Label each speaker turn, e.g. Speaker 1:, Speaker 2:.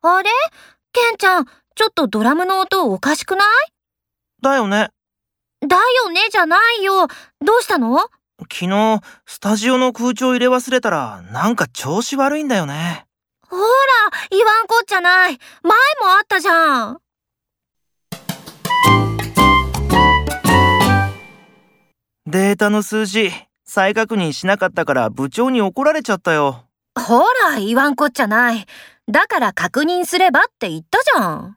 Speaker 1: あれケンちゃん、ちょっとドラムの音おかしくな
Speaker 2: だよね。
Speaker 1: いだよねじゃないよ。どうしたの
Speaker 2: 昨日、スタジオの空調入れ忘れたら、なんか調子悪いんだよね。
Speaker 1: ほら、言わんこっちゃない。前もあったじゃん。
Speaker 2: データの数字、再確認しなかったから部長に怒られちゃったよ。
Speaker 1: ほら、言わんこっちゃない。だから確認すればって言ったじゃん。